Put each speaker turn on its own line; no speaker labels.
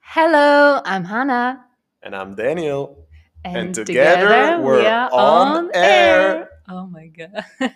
Hello, I'm Hannah.
And I'm Daniel. And together we're on air.
Oh my god.